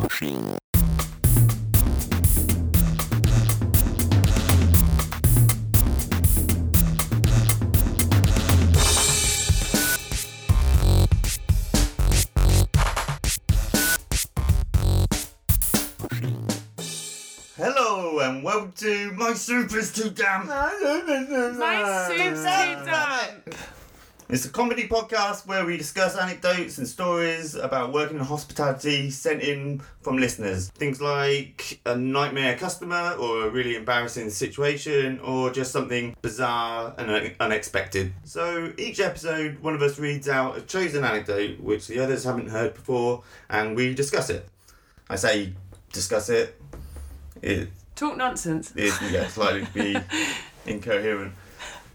machine. Hello and welcome to My Soup is Too Damn. My soup's too damp. It's a comedy podcast where we discuss anecdotes and stories about working in hospitality sent in from listeners. Things like a nightmare customer or a really embarrassing situation or just something bizarre and un- unexpected. So each episode, one of us reads out a chosen anecdote which the others haven't heard before and we discuss it. I say discuss it. It Talk nonsense. is yeah, slightly be incoherent.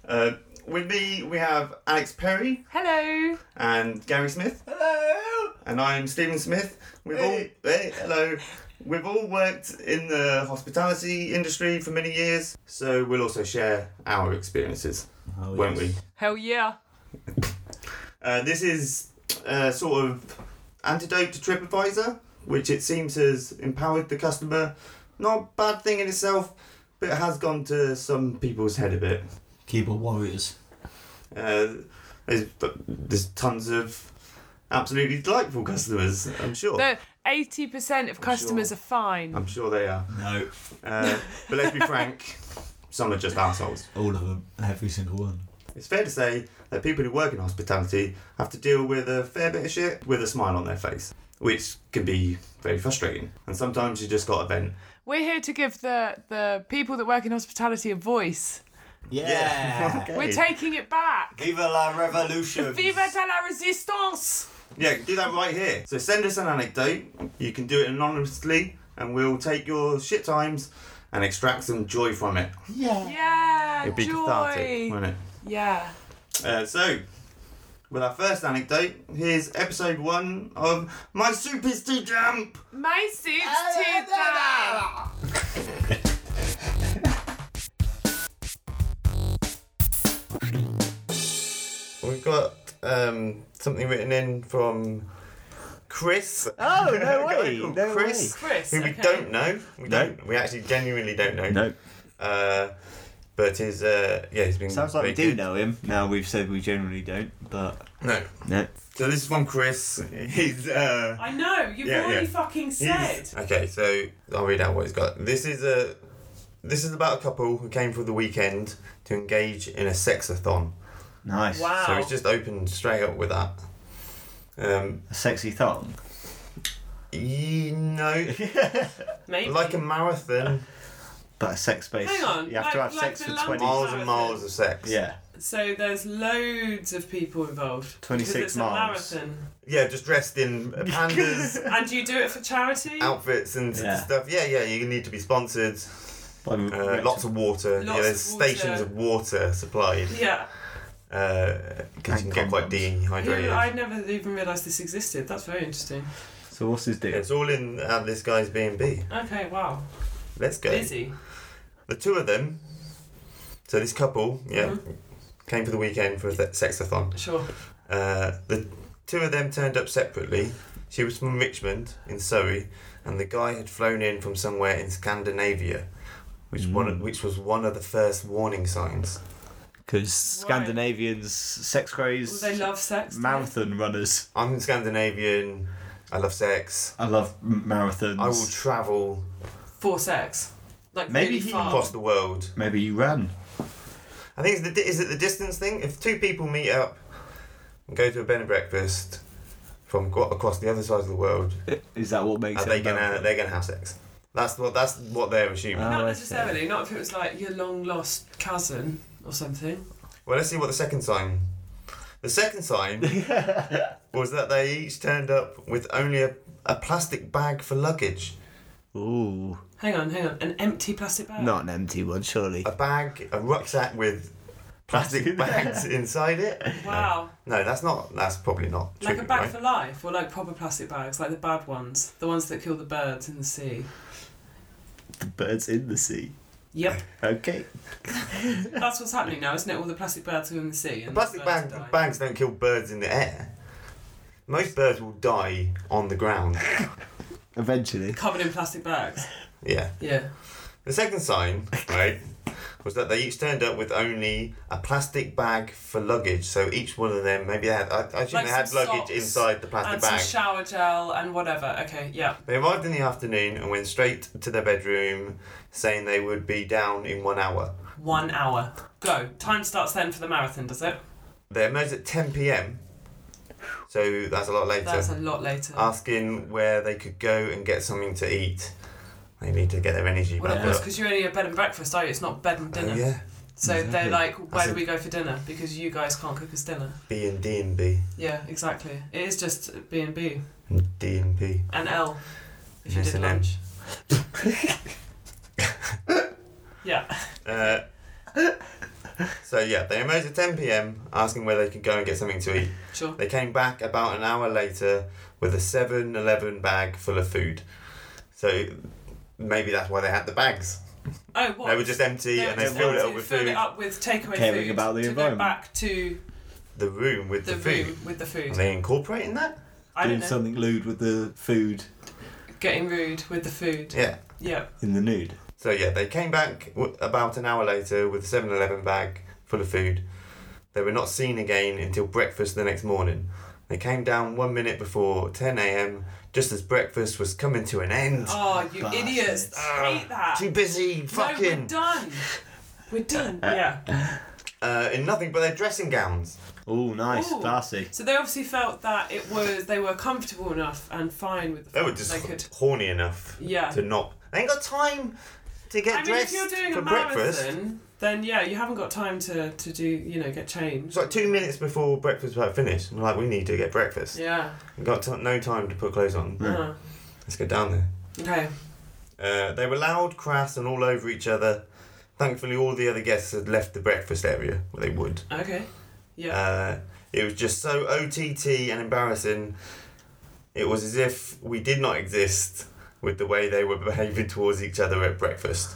Uh, with me, we have Alex Perry Hello. and Gary Smith, Hello. and I'm Stephen Smith. We've all hey, hello. We've all worked in the hospitality industry for many years, so we'll also share our experiences, won't we? Hell yeah. Uh, this is uh, sort of antidote to TripAdvisor, which it seems has empowered the customer. Not a bad thing in itself, but it has gone to some people's head a bit. Keyboard warriors. Uh, there's, but there's tons of absolutely delightful customers, I'm sure. No, 80% of customers are fine. I'm sure they are. No, Uh, but let's be frank, some are just assholes. all of them. Every single one. It's fair to say that people who work in hospitality have to deal with a fair bit of shit with a smile on their face, which can be very frustrating. And sometimes you just gotta vent. We're here to give the, the people that work in hospitality a voice. Yeah. Okay. We're taking it back. Viva la revolution. Viva de la resistance. Yeah, do that right here. So send us an anecdote. You can do it anonymously, and we'll take your shit times and extract some joy from it. Yeah. Yeah, It'd be cathartic, joy. wouldn't it? Yeah. Uh, so, with our first anecdote, here's episode one of My Soup is Too Damp. My soup's too damp. We've got um, something written in from Chris. Oh A guy called Chris, Chris, who we okay. don't know. We No. don't. We actually genuinely don't know. No. Uh, but his uh, yeah, he's been. Sounds like we very do good. know him. Now we've said we generally don't, but No. no. So this is from Chris. He's. Uh, I know, you've Yeah, already yeah. fucking said. He's- Okay, so I'll read out what he's got. This is a this is about a couple who came for the weekend to engage in a sexathon. Nice. Wow. So he's just opened straight up with that. Um, A sexy thong. you know, Maybe. like a marathon, But a sex space. Hang on, You have to like- have like sex the for London- twenty. miles and miles of sex. Yeah. So there's loads of people involved. because 26 it's a miles. marathon. Yeah, just dressed in pandas And do you do it for charity? outfits and Yeah. stuff. Yeah, yeah, you need to be sponsored. Uh, lots of water. Lots yeah, there's of water. stations of water supplied. Yeah. Uh, 'cause you can And get quite condoms. dehydrated. Who- I never even realised this existed. That's very interesting. So what's his deal? It's all in at this guy's B and B. Okay, wow. Let's go. Busy. The two of them. So this couple, yeah, Mm-hmm. came for the weekend for a th- sexathon. Sure. Uh, the two of them turned up separately. She was from Richmond in Surrey, and the guy had flown in from somewhere in Scandinavia, which one which was one of the first warning signs. Because Scandinavians, sex Well, crazed, they love sex. don't they? marathon runners. I'm Scandinavian. I love sex. I love m- marathons. I will travel For sex. Like Maybe really he far. across the world. Maybe you ran. I think it's the di- is it the distance thing? If two people meet up and go to a bed and breakfast from qu- across the other side of the world, Is that what makes are it? they a gonna marathon? they're gonna have sex? That's what that's what they're assuming. Oh, I Not see. necessarily. Not if it was like your long lost cousin or something. Well, let's see what the second sign. The second sign was that they each turned up with only a, a plastic bag for luggage, Ooh, Hang on, hang on. An empty plastic bag. not an empty one, surely. a bag, a rucksack with plastic bags inside it. Wow. No, that's not. That's probably not. True, Like a bag right? for life, or like proper plastic bags, like the bad ones, the ones that kill the birds in the sea. The birds in the sea. Yep, Okay. that's what's happening now, isn't it? All the plastic birds are in the sea. And the Plastic birds bag, are dying. bags don't kill birds in the air. Most birds will die on the ground. Eventually. covered in plastic bags. Yeah. Yeah. The second sign, right, was that they each turned up with only a plastic bag for luggage. So each one of them, maybe they had, I, I assume Like they had some luggage socks inside the plastic and bag. some shower gel and whatever. Okay, yeah. They arrived in the afternoon and went straight to their bedroom, saying they would be down in one hour. One hour. Go. Time starts then for the marathon, does it? They emerged at 10 pm, so that's a lot later, That's a lot later. asking where they could go and get something to eat. They need to get their energy well, of back course, up. because you're only a bed and breakfast, are you? It's not bed and Oh, dinner. yeah, So Exactly. they're like, where That's do a- we go for dinner? Because you guys can't cook us dinner. B and D and B Yeah, exactly. It is just B and B and D and B. and L. If you did S&M. lunch. yeah. Uh, so yeah, they emerged at 10 p.m. asking where they could go and get something to eat. Sure. They came back about an hour later with a 7-Eleven bag full of food. So maybe that's why they had the bags. Oh, what? They were just empty They and were they just filled it wanting up to with fill food. it up with takeaway Caring food about the to go environment. back to The room with the, the food. room with the Are food. they incorporating that? I don't Doing know. something lewd with the food Getting rude with the food. Yeah. Yeah. in the nude. So yeah, they came back w- about an hour later with a 7-Eleven bag full of food. They were not seen again until breakfast the next morning. They came down one minute before 10 a.m. just as breakfast was coming to an end. Oh, you Bastards. idiots! Ah, Hate that. Too busy, No, we're fucking. done. We're done. Yeah. uh, in nothing but their dressing gowns. Oh, nice, Ooh. classy. So they obviously felt that it was they were comfortable enough and fine with the They food. were just they could. horny enough Yeah. Oh. to not. They ain't got time to get I mean, if dressed you're doing for a marathon, breakfast. then yeah, you haven't got time to to do you know get changed. It's like two minutes before breakfast was about finished. I'm like, we need to get breakfast. Yeah. We've got t- no time to put clothes on. Uh-huh. Let's get down there. Okay. Uh, they were loud, crass, and all over each other. Thankfully, all the other guests had left the breakfast area. Well, they would. Okay. Yeah. Uh, it was just so OTT and embarrassing. It was as if we did not exist with the way they were behaving towards each other at breakfast.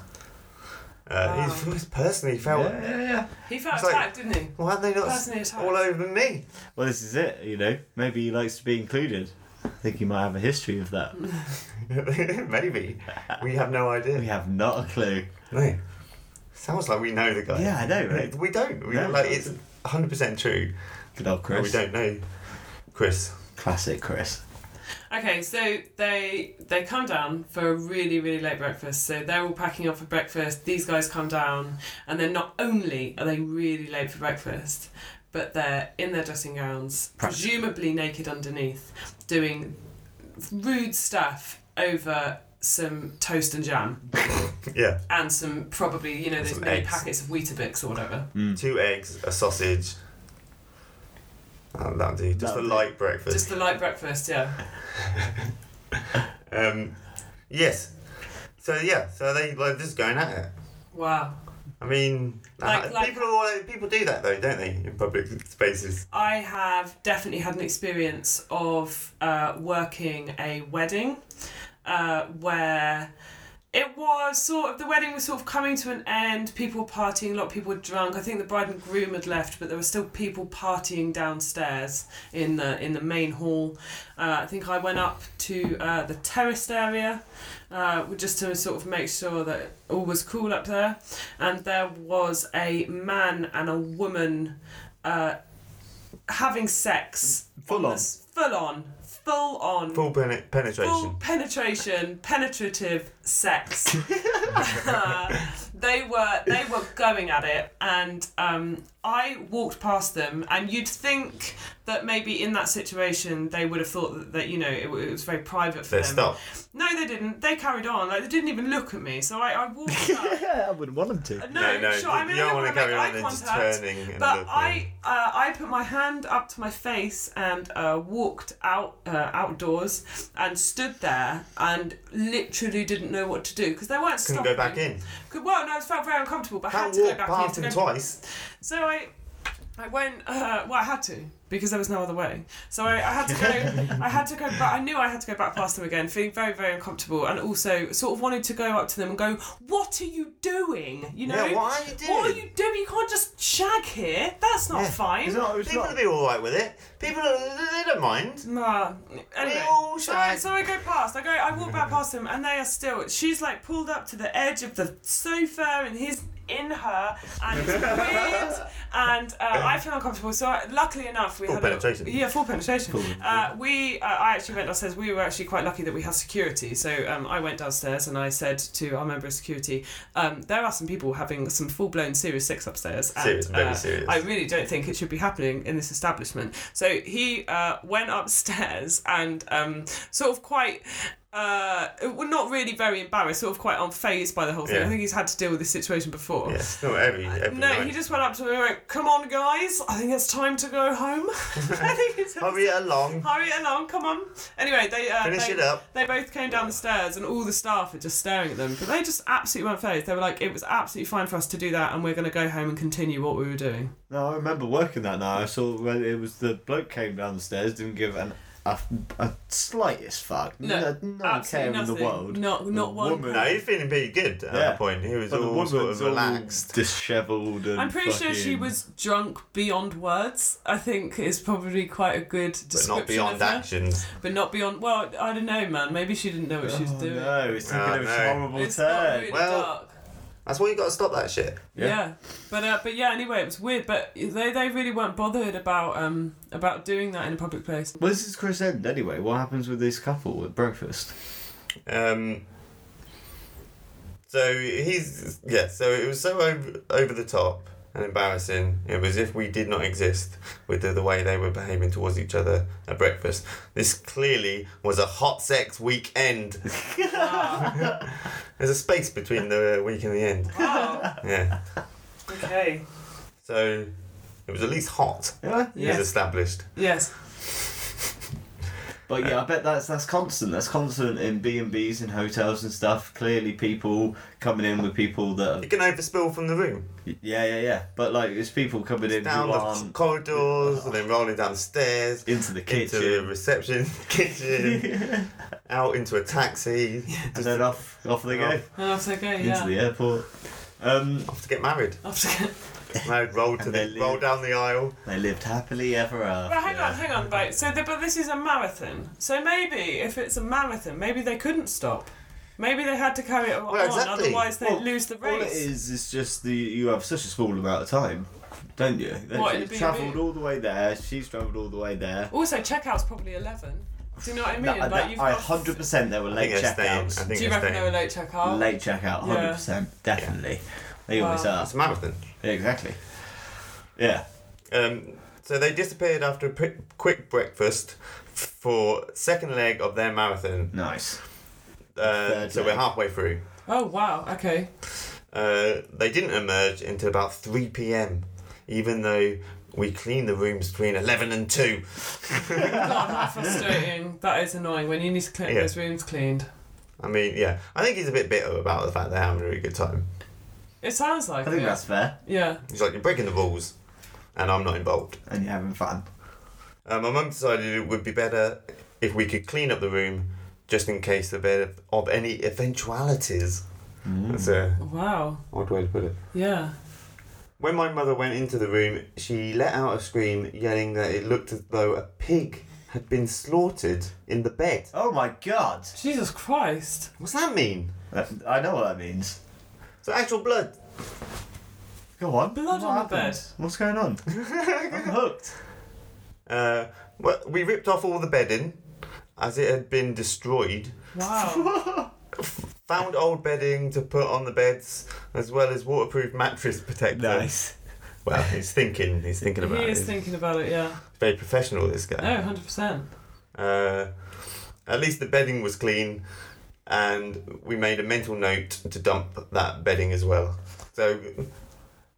Uh, Wow. He personally felt, Yeah, yeah, yeah. he felt it's like- attacked, didn't he? why have they not s- Personally attacked. all over me? Well, this is it, you know. Maybe he likes to be included. I think he might have a history of that. Maybe. We have no We idea. have not a clue. No. Sounds like we know the guy. Yeah, I know, right? We don't. We No. like it's 100% true. Good old but Chris. We don't know Chris. Classic Chris. Okay, so they they come down for a really really late breakfast. So they're all packing up for breakfast. These guys come down, and then not only are they really late for breakfast, but they're in their dressing gowns, Practically. presumably naked underneath, doing rude stuff over some toast and jam Yeah. and some probably you know those Some many eggs. packets of Weetabix or whatever. Mm. Two eggs, a sausage. Oh, that'll do. Just That'll a do. light breakfast. Just the light breakfast, yeah. Um, yes. So yeah, so they like just going at it. Wow. I mean, Like- uh, like- people are all, people do that though, don't they? In public spaces. I have definitely had an experience of uh, working a wedding uh, where it was sort of the wedding was sort of coming to an end, people were partying, a lot of people were drunk. I think the bride and groom had left, but there were still people partying downstairs in the in the main hall. Uh, I think I went up to uh, the terraced area uh, just to sort of make sure that all was cool up there. And there was a man and a woman uh, having sex. Full on. this- Full on. Full on. Full pen- penetration. Full penetration, penetrative sex. they were they were going at it, and um, I walked past them, and you'd think that maybe in that situation they would have thought that, that you know it, w- it was very private for They them. stop. No, they didn't. They carried on. Like they didn't even look at me. So I, I walked up. yeah, I wouldn't want him to. No, no, sure. I you mean, I don't don't want to wanna carry make on. eye They're just contact, turning and But looking. I, uh, I put my hand up to my face and uh, walked out uh, outdoors and stood there and literally didn't know what to do because they weren't couldn't stopping. go back in. Could, well, no, I felt very uncomfortable, but I had Can't to go walk back in past to him go- twice. So I, I I went. Uh, well, I had to because there was no other way. So I, I had to go. I had to go back. I knew I had to go back past them again, feeling very, very uncomfortable, and also sort of wanted to go up to them and go, "What are you doing? You know, Yeah, what are you doing? What are you doing? You can't just shag here. That's not Yeah. fine." It's not, it's People not, will be alright with it. People, they don't mind. Nah. Anyway, all so, I, shag. so I go past. I go. I walk back past them, and they are still. She's like pulled up to the edge of the sofa, and he's in her, and it's weird. And uh, I feel uncomfortable. So I, luckily enough, we Full had a- penetration. yeah, full penetration. Full penetration. Uh, we. Uh, I actually went downstairs. We were actually quite lucky that we had security. So um, I went downstairs and I said to our member of security, um, "There are some people having some full-blown serious sex upstairs." And, Serious, very uh, serious. I really don't think it should be happening in this establishment. So he uh, went upstairs and um, sort of quite. Uh, well, not really very embarrassed, sort of quite unfazed by the whole thing. Yeah. I think he's had to deal with this situation before. Yes, not every, every No, night. he just went up to me and went, Come on, guys, I think it's time to go home. I think it's Hurry it along. Hurry it along, come on. Anyway, they uh, Finish they, it up. They both came down the stairs, and all the staff were just staring at them. But they just absolutely weren't phased. They were like, "It was absolutely fine for us to do that, and we're going to go home and continue what we were doing." no, I remember working that night. I saw when it was the bloke came down the stairs, didn't give an a, a slightest fuck. No, care absolutely in the nothing. world. Not- The not one woman- No, he was feeling pretty good at that point. He was But the all sort woman's of all relaxed. dishevelled, and I'm pretty sure she fucking- was drunk beyond words. I think is probably quite a good But description not beyond of her. actions. But not beyond. Well, I don't know, man. Maybe she didn't know what she was Oh, doing. No, it's taking Oh, a no. horrible It's not turn. really Well- dark. That's why you got to stop that shit. Yeah. Yeah. but uh, but yeah. Anyway, it was weird. But they, they really weren't bothered about um about doing that in a public place. Well, this is Chris End anyway. What happens with this couple at breakfast? Um, so he's yeah. So it was so over over the top and embarrassing. It was if we did not exist with the, the way they were behaving towards each other at breakfast. This clearly was a hot sex weekend. Wow. There's a space between the week and the end. wow. Yeah. Okay. So it was at least hot. Yeah. Yeah. Yes. Is established. Yes. But yeah, I bet that's that's constant. That's constant in B and B's and hotels and stuff. Clearly, people coming in with people You that are, can overspill from the room. yeah, yeah, yeah. But like, it's people coming in Down who the aren't corridors and then rolling down the stairs. into the kitchen. Into the reception kitchen, out into a taxi, and then off, off they go Off. And off they go. oh, Yeah. into the airport. Um, off to get married. Off they go. Married, rolled to And they the, live. rolled down the aisle. they lived happily ever after. But hang on, hang on, right. So, the, but this is a marathon. So maybe if it's a marathon, maybe they couldn't stop. Maybe they had to carry it on. Well, exactly. Otherwise, they Well, would lose the All it race. is is just the you have such a small amount of time, don't you? They've What, in a B&B? travelled all the way there. She's travelled all the way there. Also, checkout's probably eleven. Do you know what I mean? No, like that- you've I got- hundred percent there were I late think they're staying. I checkouts. think Do you they're reckon they were staying. late checkout? Late checkout, hundred Oh. Yeah. percent, definitely. They always Wow. are. It's a marathon. Yeah, exactly. Yeah. Um, so they disappeared after a pri- quick breakfast for second leg of their marathon. Nice. Uh, Third so leg. we're halfway through. Oh wow. Okay. Uh, they didn't emerge until about 3 p.m., even though we cleaned the rooms between 11 and 2. God, how frustrating. That is annoying when you need to clean Yeah. those rooms cleaned. I mean, yeah, I think he's a bit bitter about the fact they're having a really good time. It sounds I like think it. that's fair. Yeah. He's like, you're breaking the rules, and I'm not involved. And you're having fun. Uh, my mum decided it would be better if we could clean up the room just in case of, of, of any eventualities. That's a Wow. odd way to put it. Yeah. When my mother went into the room, she let out a scream, yelling that it looked as though a pig had been slaughtered in the bed. Oh my god. Jesus Christ. What's that mean? That- I know what that means. So actual blood. Go on. Blood what on the happened? bed. What's going on? I'm hooked. Uh, well, we ripped off all the bedding as it had been destroyed. Wow. Found old bedding to put on the beds, as well as waterproof mattress protectors. Nice. Well, he's thinking. He's thinking he about it. is thinking about it. Yeah. very professional. This guy. No, hundred percent. Oh. Uh, at least the bedding was clean, and we made a mental note to dump that bedding as well. So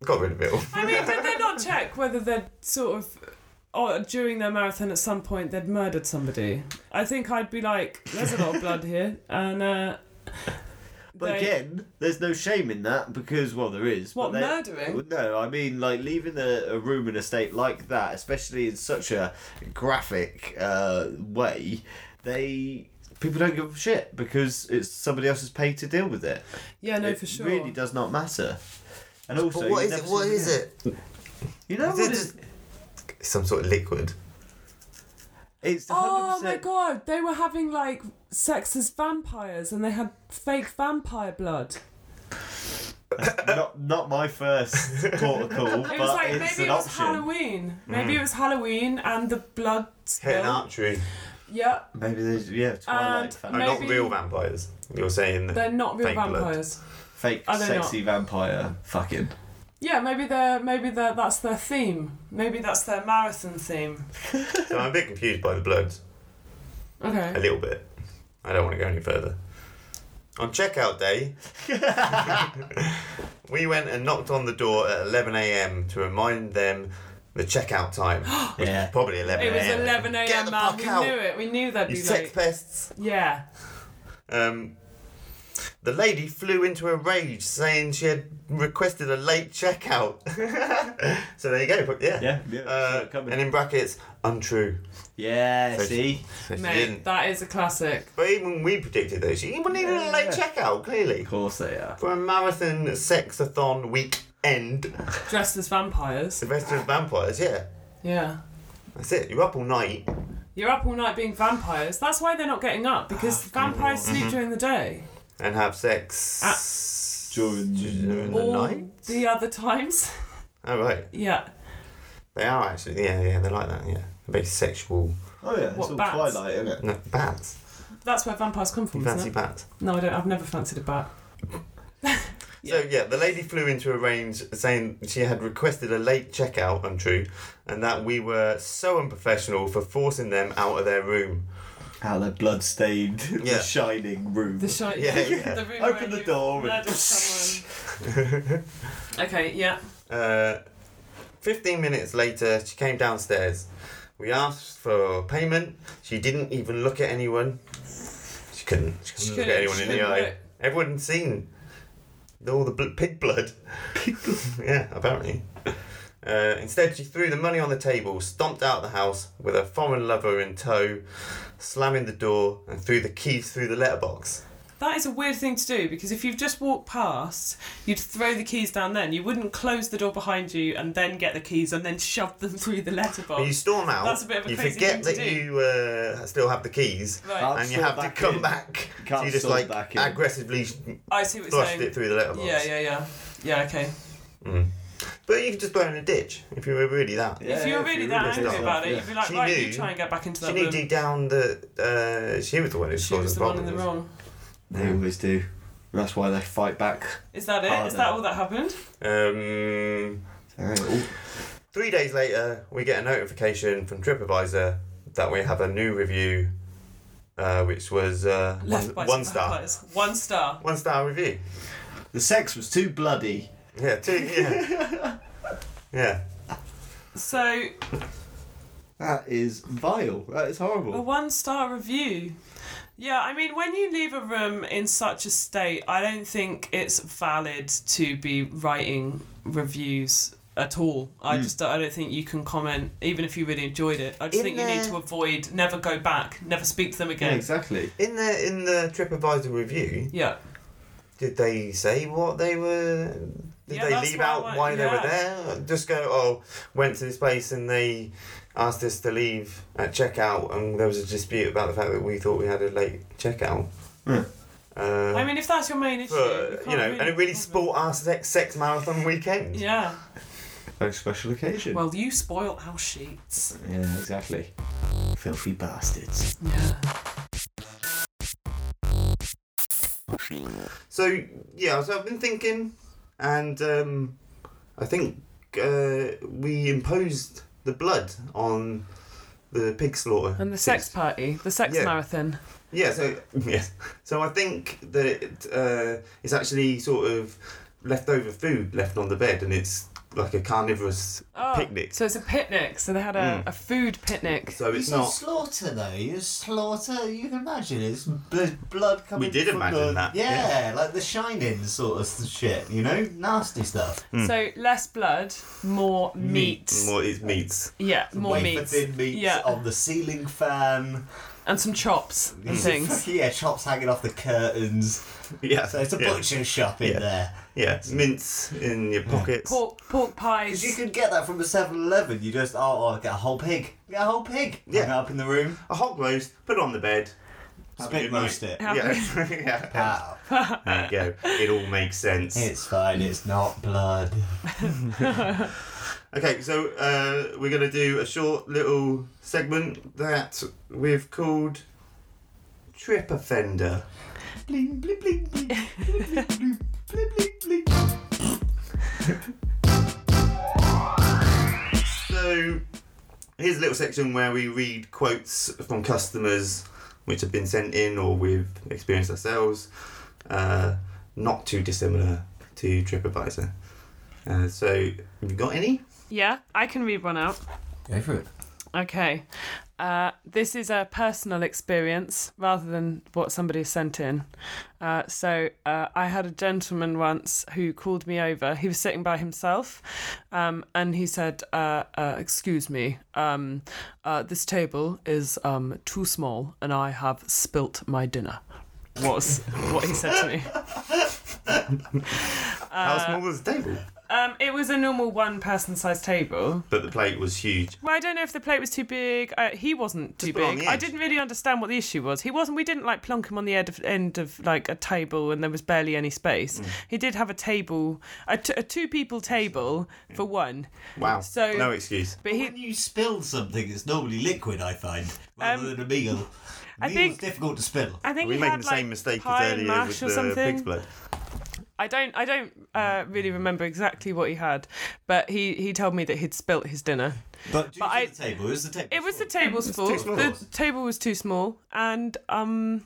got rid of it all. I mean, did they not check whether they'd sort of, or during their marathon at some point, they'd murdered somebody? I think I'd be like, there's a lot of blood here. And uh, But They- again, there's no shame in that because well, there is. but What, they- murdering? No, I mean like leaving a, a room in a state like that, especially in such a graphic uh, way. They people don't give a shit because it's somebody else's pay to deal with it. Yeah, no, it for sure. really does not matter. And also, but what you is it? never What see- is it? You know Is what it is? just some sort of liquid? It's Oh 100%. my god, they were having like sex as vampires and they had fake vampire blood. not not my first protocol, but It was like it's maybe it an was option. Mm. Halloween. Maybe it was Halloween and the blood Hit an spill. archery. Yeah, Maybe there's yeah, Twilight And fan- No, not Maybe- real vampires. You're saying that. they're not real Fake blood. vampires. fake Are they sexy vampire fucking. Yeah, maybe they're maybe they're, that's their theme. Maybe that's their marathon theme. So I'm a bit confused by the blood. Okay. A little bit. I don't want to go any further. On checkout day, we went and knocked on the door at 11 a.m. to remind them the checkout time, which Yeah. was probably 11 It a.m. was 11 Get a.m. the man. fuck We out. knew it. We knew they'd You be sex late. pests. Yeah. Um, the lady flew into a rage saying she had requested a late checkout. so there you go. but Yeah. Yeah, yeah. Uh, coming. and in brackets, untrue. yeah, So she- see. So she Mate, didn't. that is a classic. But even we predicted those. She wouldn't even a late checkout, clearly. Of course they are. For a marathon sexathon weekend, Dressed as vampires. Sylvester and Vampires, yeah. Yeah. That's it. You're up all night. You're up all night being vampires. That's why they're not getting up because Ah, vampires sleep Mm-hmm. during the day. and have sex During- during the all night. the other times. Oh right, yeah. they are actually. Yeah, yeah, they're like that. Yeah, very sexual. Oh yeah, it's What, all bats? Twilight, isn't it? No bats. That's where vampires come You from, fancy isn't it? bats. No, I don't. I've never fancied a bat. So yeah, the lady flew into a range saying she had requested a late checkout. Untrue, and that we were so unprofessional for forcing them out of their room. How the blood-stained, Yeah. the shining room. The shot. Yeah, yeah. The room Open where the you door and- murdered someone. okay. Yeah. Uh, Fifteen minutes later, she came downstairs. We asked for payment. She didn't even look at anyone. She couldn't. She couldn't She look at couldn't- anyone she in the couldn't eye. look. Everyone's seen all the bl- pig blood. yeah, apparently. Uh, instead, she threw the money on the table, stomped out the house with her foreign lover in tow, slamming the door, and threw the keys through the letterbox. That is a weird thing to do because if you've just walked past, you'd throw the keys down then. You wouldn't close the door behind you and then get the keys and then shove them through But the you letterbox. storm out. Oh, That's a bit of a you crazy forget thing that to do. you uh, still have the keys. Right. I'll and you sort have to back come in. back. You So can't you just sort like back in. aggressively sh- I see what you're flushed saying. it through the letterbox. Mm. yeah, yeah, yeah. Yeah, okay. But you could just blow in a ditch if you were really that. Yeah, if you were if really you that really angry did. about it, Yeah. you'd be like, She right, knew- you try and get back into She that knew room. deep down that uh, she was the one who She caused was the the one in problem. the wrong. They always do. That's why they fight back. Is that it? Oh, Is no. that all that happened? Um, They're like, "Oh, three days later, we get a notification from TripAdvisor that we have a new review, uh, which was uh, Left one, bites one for star. vampires. One star. One star review. The sex was too bloody. Yeah, two. Yeah. yeah. So That is vile. That is A horrible. one star review. Yeah, I mean, when you leave a room in such a state, I don't think it's valid to be writing reviews at all. I Hmm. just I don't think you can comment, even if you really enjoyed it. I just In think you need the- to avoid, never go back, never speak to them Yeah, again. exactly. In the in the TripAdvisor review, Yeah, did they say what they were? Did Yeah, they that's leave why I out want- why they were yeah. there? Or Just go. Oh, went to this place and they asked us to leave at checkout, and there was a dispute about the fact that we thought we had a late checkout. Hmm. Uh, I mean, if that's your main issue, but, can't you know, and it really spoilt our sex, sex marathon weekend. Yeah. A special occasion. Well, you spoil our sheets. yeah, exactly. Filthy bastards. Yeah. So yeah, so I've been thinking, and um, I think uh, we imposed the blood on the pig slaughter And the sex party, the sex Yeah. marathon. Yeah, so yes, so I think that it, uh, it's actually sort of leftover food left on the bed, and it's like a carnivorous Oh, picnic. Hmm. So it's a picnic. So they had a, a food picnic. So it's It's not not. slaughter though. You slaughter. You can imagine it's bl- blood coming. We did from imagine the- that, Yeah, like the shining sort of shit. You know, nasty stuff. So less blood, more meat. More it's meats. Yeah, more Wafer meat. thin meats Yeah, on the ceiling fan. and some chops and things. yeah, chops hanging off the curtains. Yeah. So it's a yeah. butcher shop in Yeah. there. Yeah. Mints in your pockets. Pork, pork Because you pies. could get that from a 7-Eleven. You just, oh, I'll get a whole pig. Get a whole pig. Yeah. Hang it up in the room. A hot roast. Put it on the bed. Have a Spit good night. roast it. Have Yeah. yeah. Pow. There you go. It all makes sense. It's fine. It's not blood. Okay, so uh, we're going to do a short little segment that we've called Trip Offender. Bling, bling, bling, bling, bling, bling, bling, bling, bling, bling. so, here's a little section where we read quotes from customers which have been sent in or we've experienced ourselves, uh, not too dissimilar to TripAdvisor. Uh, so, you got any? Yeah, I can read one out. Go for it. Okay. Uh, this is a personal experience rather than what somebody sent in. Uh, so uh, I had a gentleman once who called me over. He was sitting by himself, um, and he said, uh, uh, "Excuse me, um, uh, this table is um, too small, and I have spilt my dinner." Was what he said to me. Uh, How small was the table? Um, it was a normal one-person size table. But the plate was huge. Well, I don't know if the plate was too big. Uh, he wasn't too put it on big. the I edge. didn't really understand what the issue was. He wasn't. We didn't like plonk him on the end of, end of like a table, and there was barely any Mm. space. He did have a table, a, t- a two people table for one. Wow. So- no excuse. But he, When you spill something, it's normally liquid, I find, rather Um, than a meal. I Meal's think- difficult to spill. I think We're he making had, the same like, mistake pie as and earlier with mash or the pig's something. blood. I don't, I don't uh, really remember exactly what he had, but he he told me that he'd spilt his dinner. But, due but to I- the table, it was the table. It was the full. table's fault. small. The table was too small, and um,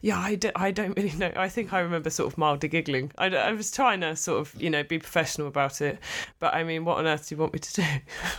yeah, I, do, I don't really know. I think I remember sort of mildly giggling. I, d- I was trying to sort of you know be professional about it, but I mean, what on earth do you want me to do?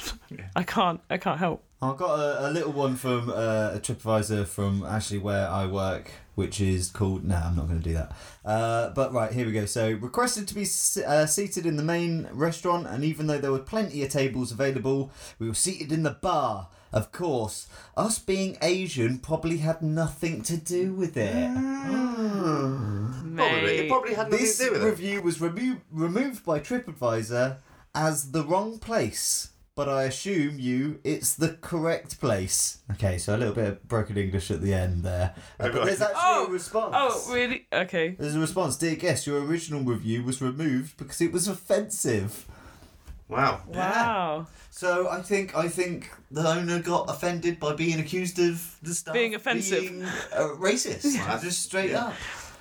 I can't. I can't help. I've got a, a little one from uh, a TripAdvisor from actually where I work, which is called. No, I'm not going to do that. Uh, but right, here we go. So, requested to be s- uh, seated in the main restaurant, and even though there were plenty of tables available, we were seated in the bar. Of course, us being Asian probably had nothing to do with it. Probably. It Mate. probably had nothing This to do with it. review was remo- removed by TripAdvisor as the wrong place, but I assume you it's the correct place. Okay, so a little bit of broken English at the end there. Uh, right. but there's actually Oh, a response. Oh really? Okay. There's a response. Dear guest, your original review was removed because it was offensive. Wow. Wow. So I think I think the owner got offended by being accused of the staff Being offensive. being, uh, racist. Just straight Yeah. up.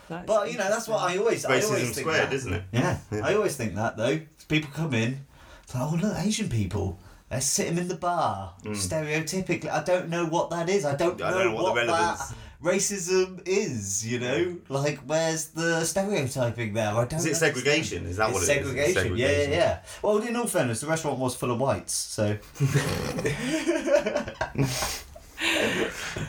That's But you know that's what I always I always Racism think squared, that. isn't it? Yeah. I always think that though. People come in, it's like, oh look, Asian people. They're sitting in the bar, stereotypically. I don't know what that is. I don't, Mm. I know, don't know what the relevance- that racism is. You know, like where's the stereotyping there? I don't. Is it understand. segregation? Is that It's what it is? It's segregation. Yeah, yeah, yeah. Well, in all fairness, the restaurant was full of whites, so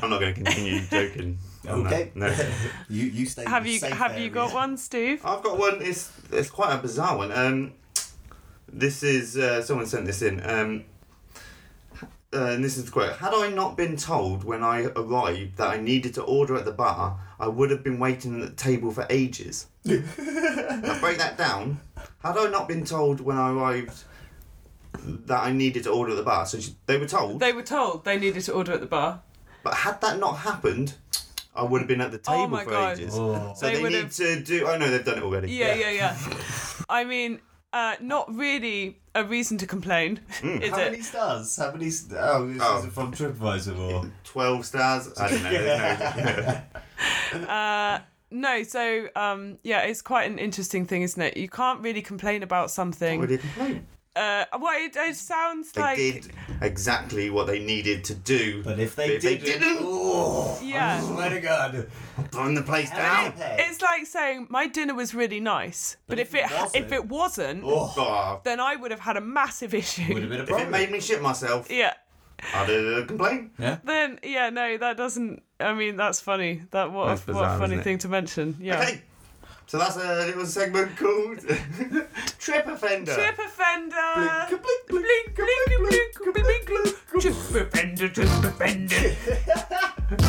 I'm not going to continue joking. on that. Okay. Oh, No. you you stay. in Have the you safe have you got area. one, Steve? I've got one. It's it's quite a bizarre one. Um, this is uh, someone sent this in. Um, uh, and this is the quote: Had I not been told when I arrived that I needed to order at the bar, I would have been waiting at the table for ages. now break that down. Had I not been told when I arrived that I needed to order at the bar, so she, they were told. They were told they needed to order at the bar. but had that not happened, I would have been at the Oh table my for God. ages. Oh. So They they, would need have- to do. Oh no, they've done it already. Yeah, yeah, yeah. I mean, uh, not really a reason to complain, is How it? many stars? How many? St- oh, this Oh. is from TripAdvisor or 12 stars. I don't know. There's no- Uh, no, so um, yeah, it's quite an interesting thing, isn't it? You can't really complain about something What do you complain? Uh, well, it, it sounds They like did exactly what they needed to do. But if they If they didn't, didn't- oh, Yeah. I swear to God, Burn the place how down. did they? it's like saying my dinner was really nice, but, if it wasn't- if it wasn't, oh, Oh, then I would have had a massive issue. would have been a if it problem. made me shit myself, yeah. I'd uh, complain. yeah. Then yeah, no, that doesn't. I mean, that's funny. That what, That's a- what bizarre, a funny isn't it? thing to mention. Yeah. Okay. So that's a little segment called Trip Offender. Trip offender. Blink, blink, blink, Blink, blink, blink, blink, blink, blink. Trip offender. Trip offender.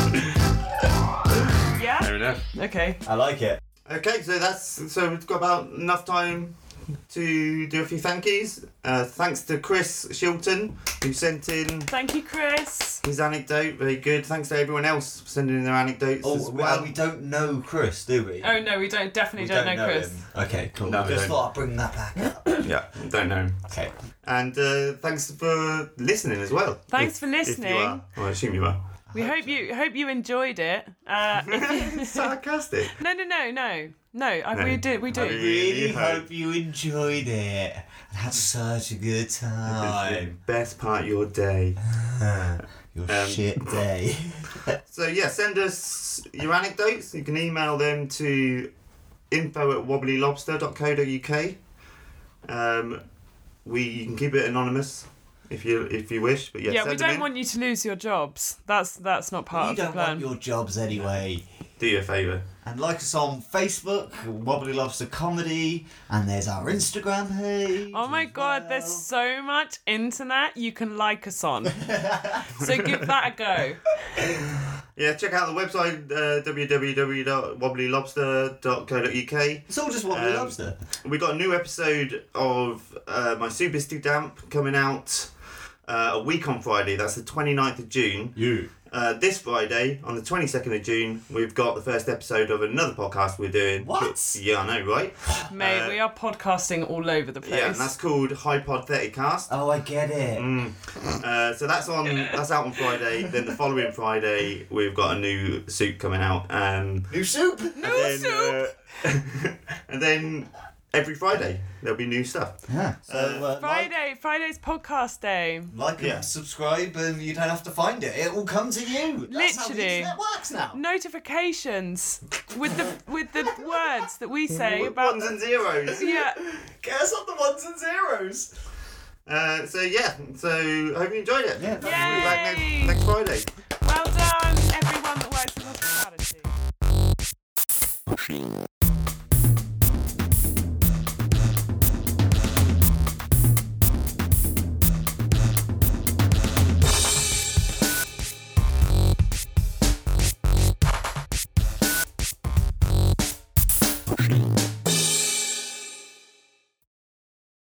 Yeah. enough. Okay. I like it. Okay, so that's so we've got about enough time to do a few thank yous. Uh, thanks to Chris Shilton who sent in Thank you, Chris. his anecdote. Very good. Thanks to everyone else for sending in their anecdotes Oh, as well, well. we don't know Chris, do we? Oh no, we don't. Definitely we don't, know, Chris. him. Okay, cool. No, we Just don't. thought I'd bring that back up. yeah, don't know. okay. And uh, thanks for listening as well. Thanks for If you listening. are. Well, I assume you are. We hope you hope you enjoyed it. Uh, if you- Sarcastic. no, no, no, no, no. I, We do. We Have do. you- Really Really hope hope you enjoyed it and had such a good time. Best part of your day. Your Um, shit day. So yeah, send us your anecdotes. You can email them to info at wobblylobster.co.uk. Um, we you can keep it anonymous if you if you wish. But yeah, Yeah, send we them don't in. want you to lose your jobs. That's that's not part you of the don't want plan. your jobs anyway. Do you a favour. And like us on Facebook, Wobbly Lobster Comedy, and there's our Instagram page. Oh my as god, there's well. so much internet you can like us on. so give that a go. Yeah, check out the website uh, www.wobblylobster.co.uk. It's all just Wobbly Um, Lobster. We got a new episode of uh, my Super Stew Damp coming out uh, a week on Friday. That's the 29th of June. You. Uh, this Friday, on the 22nd of June, we've got the first episode of another podcast we're doing. What? Yeah, I know, right? Mate, Uh, we are podcasting all over the place. Yeah, and that's called High Pod 30 Cast. Oh, I get it. Uh, so that's on that's out on Friday. then the following Friday, we've got a new suit coming out. Um, New soup. and then, uh, and then every Friday, there'll be new stuff. Yeah. So uh, like, Friday, Friday's podcast day. like Yeah. and subscribe, and you don't have to find it. It will come to you. That's how the Literally. internet works now. Notifications with the with the words that we say about Ones and zeros. yeah. Get us on the ones and zeros. Uh, so yeah, so hope you enjoyed it. Yeah. We'll be back Yay. next, next Friday. Well done, everyone that works in hospitality.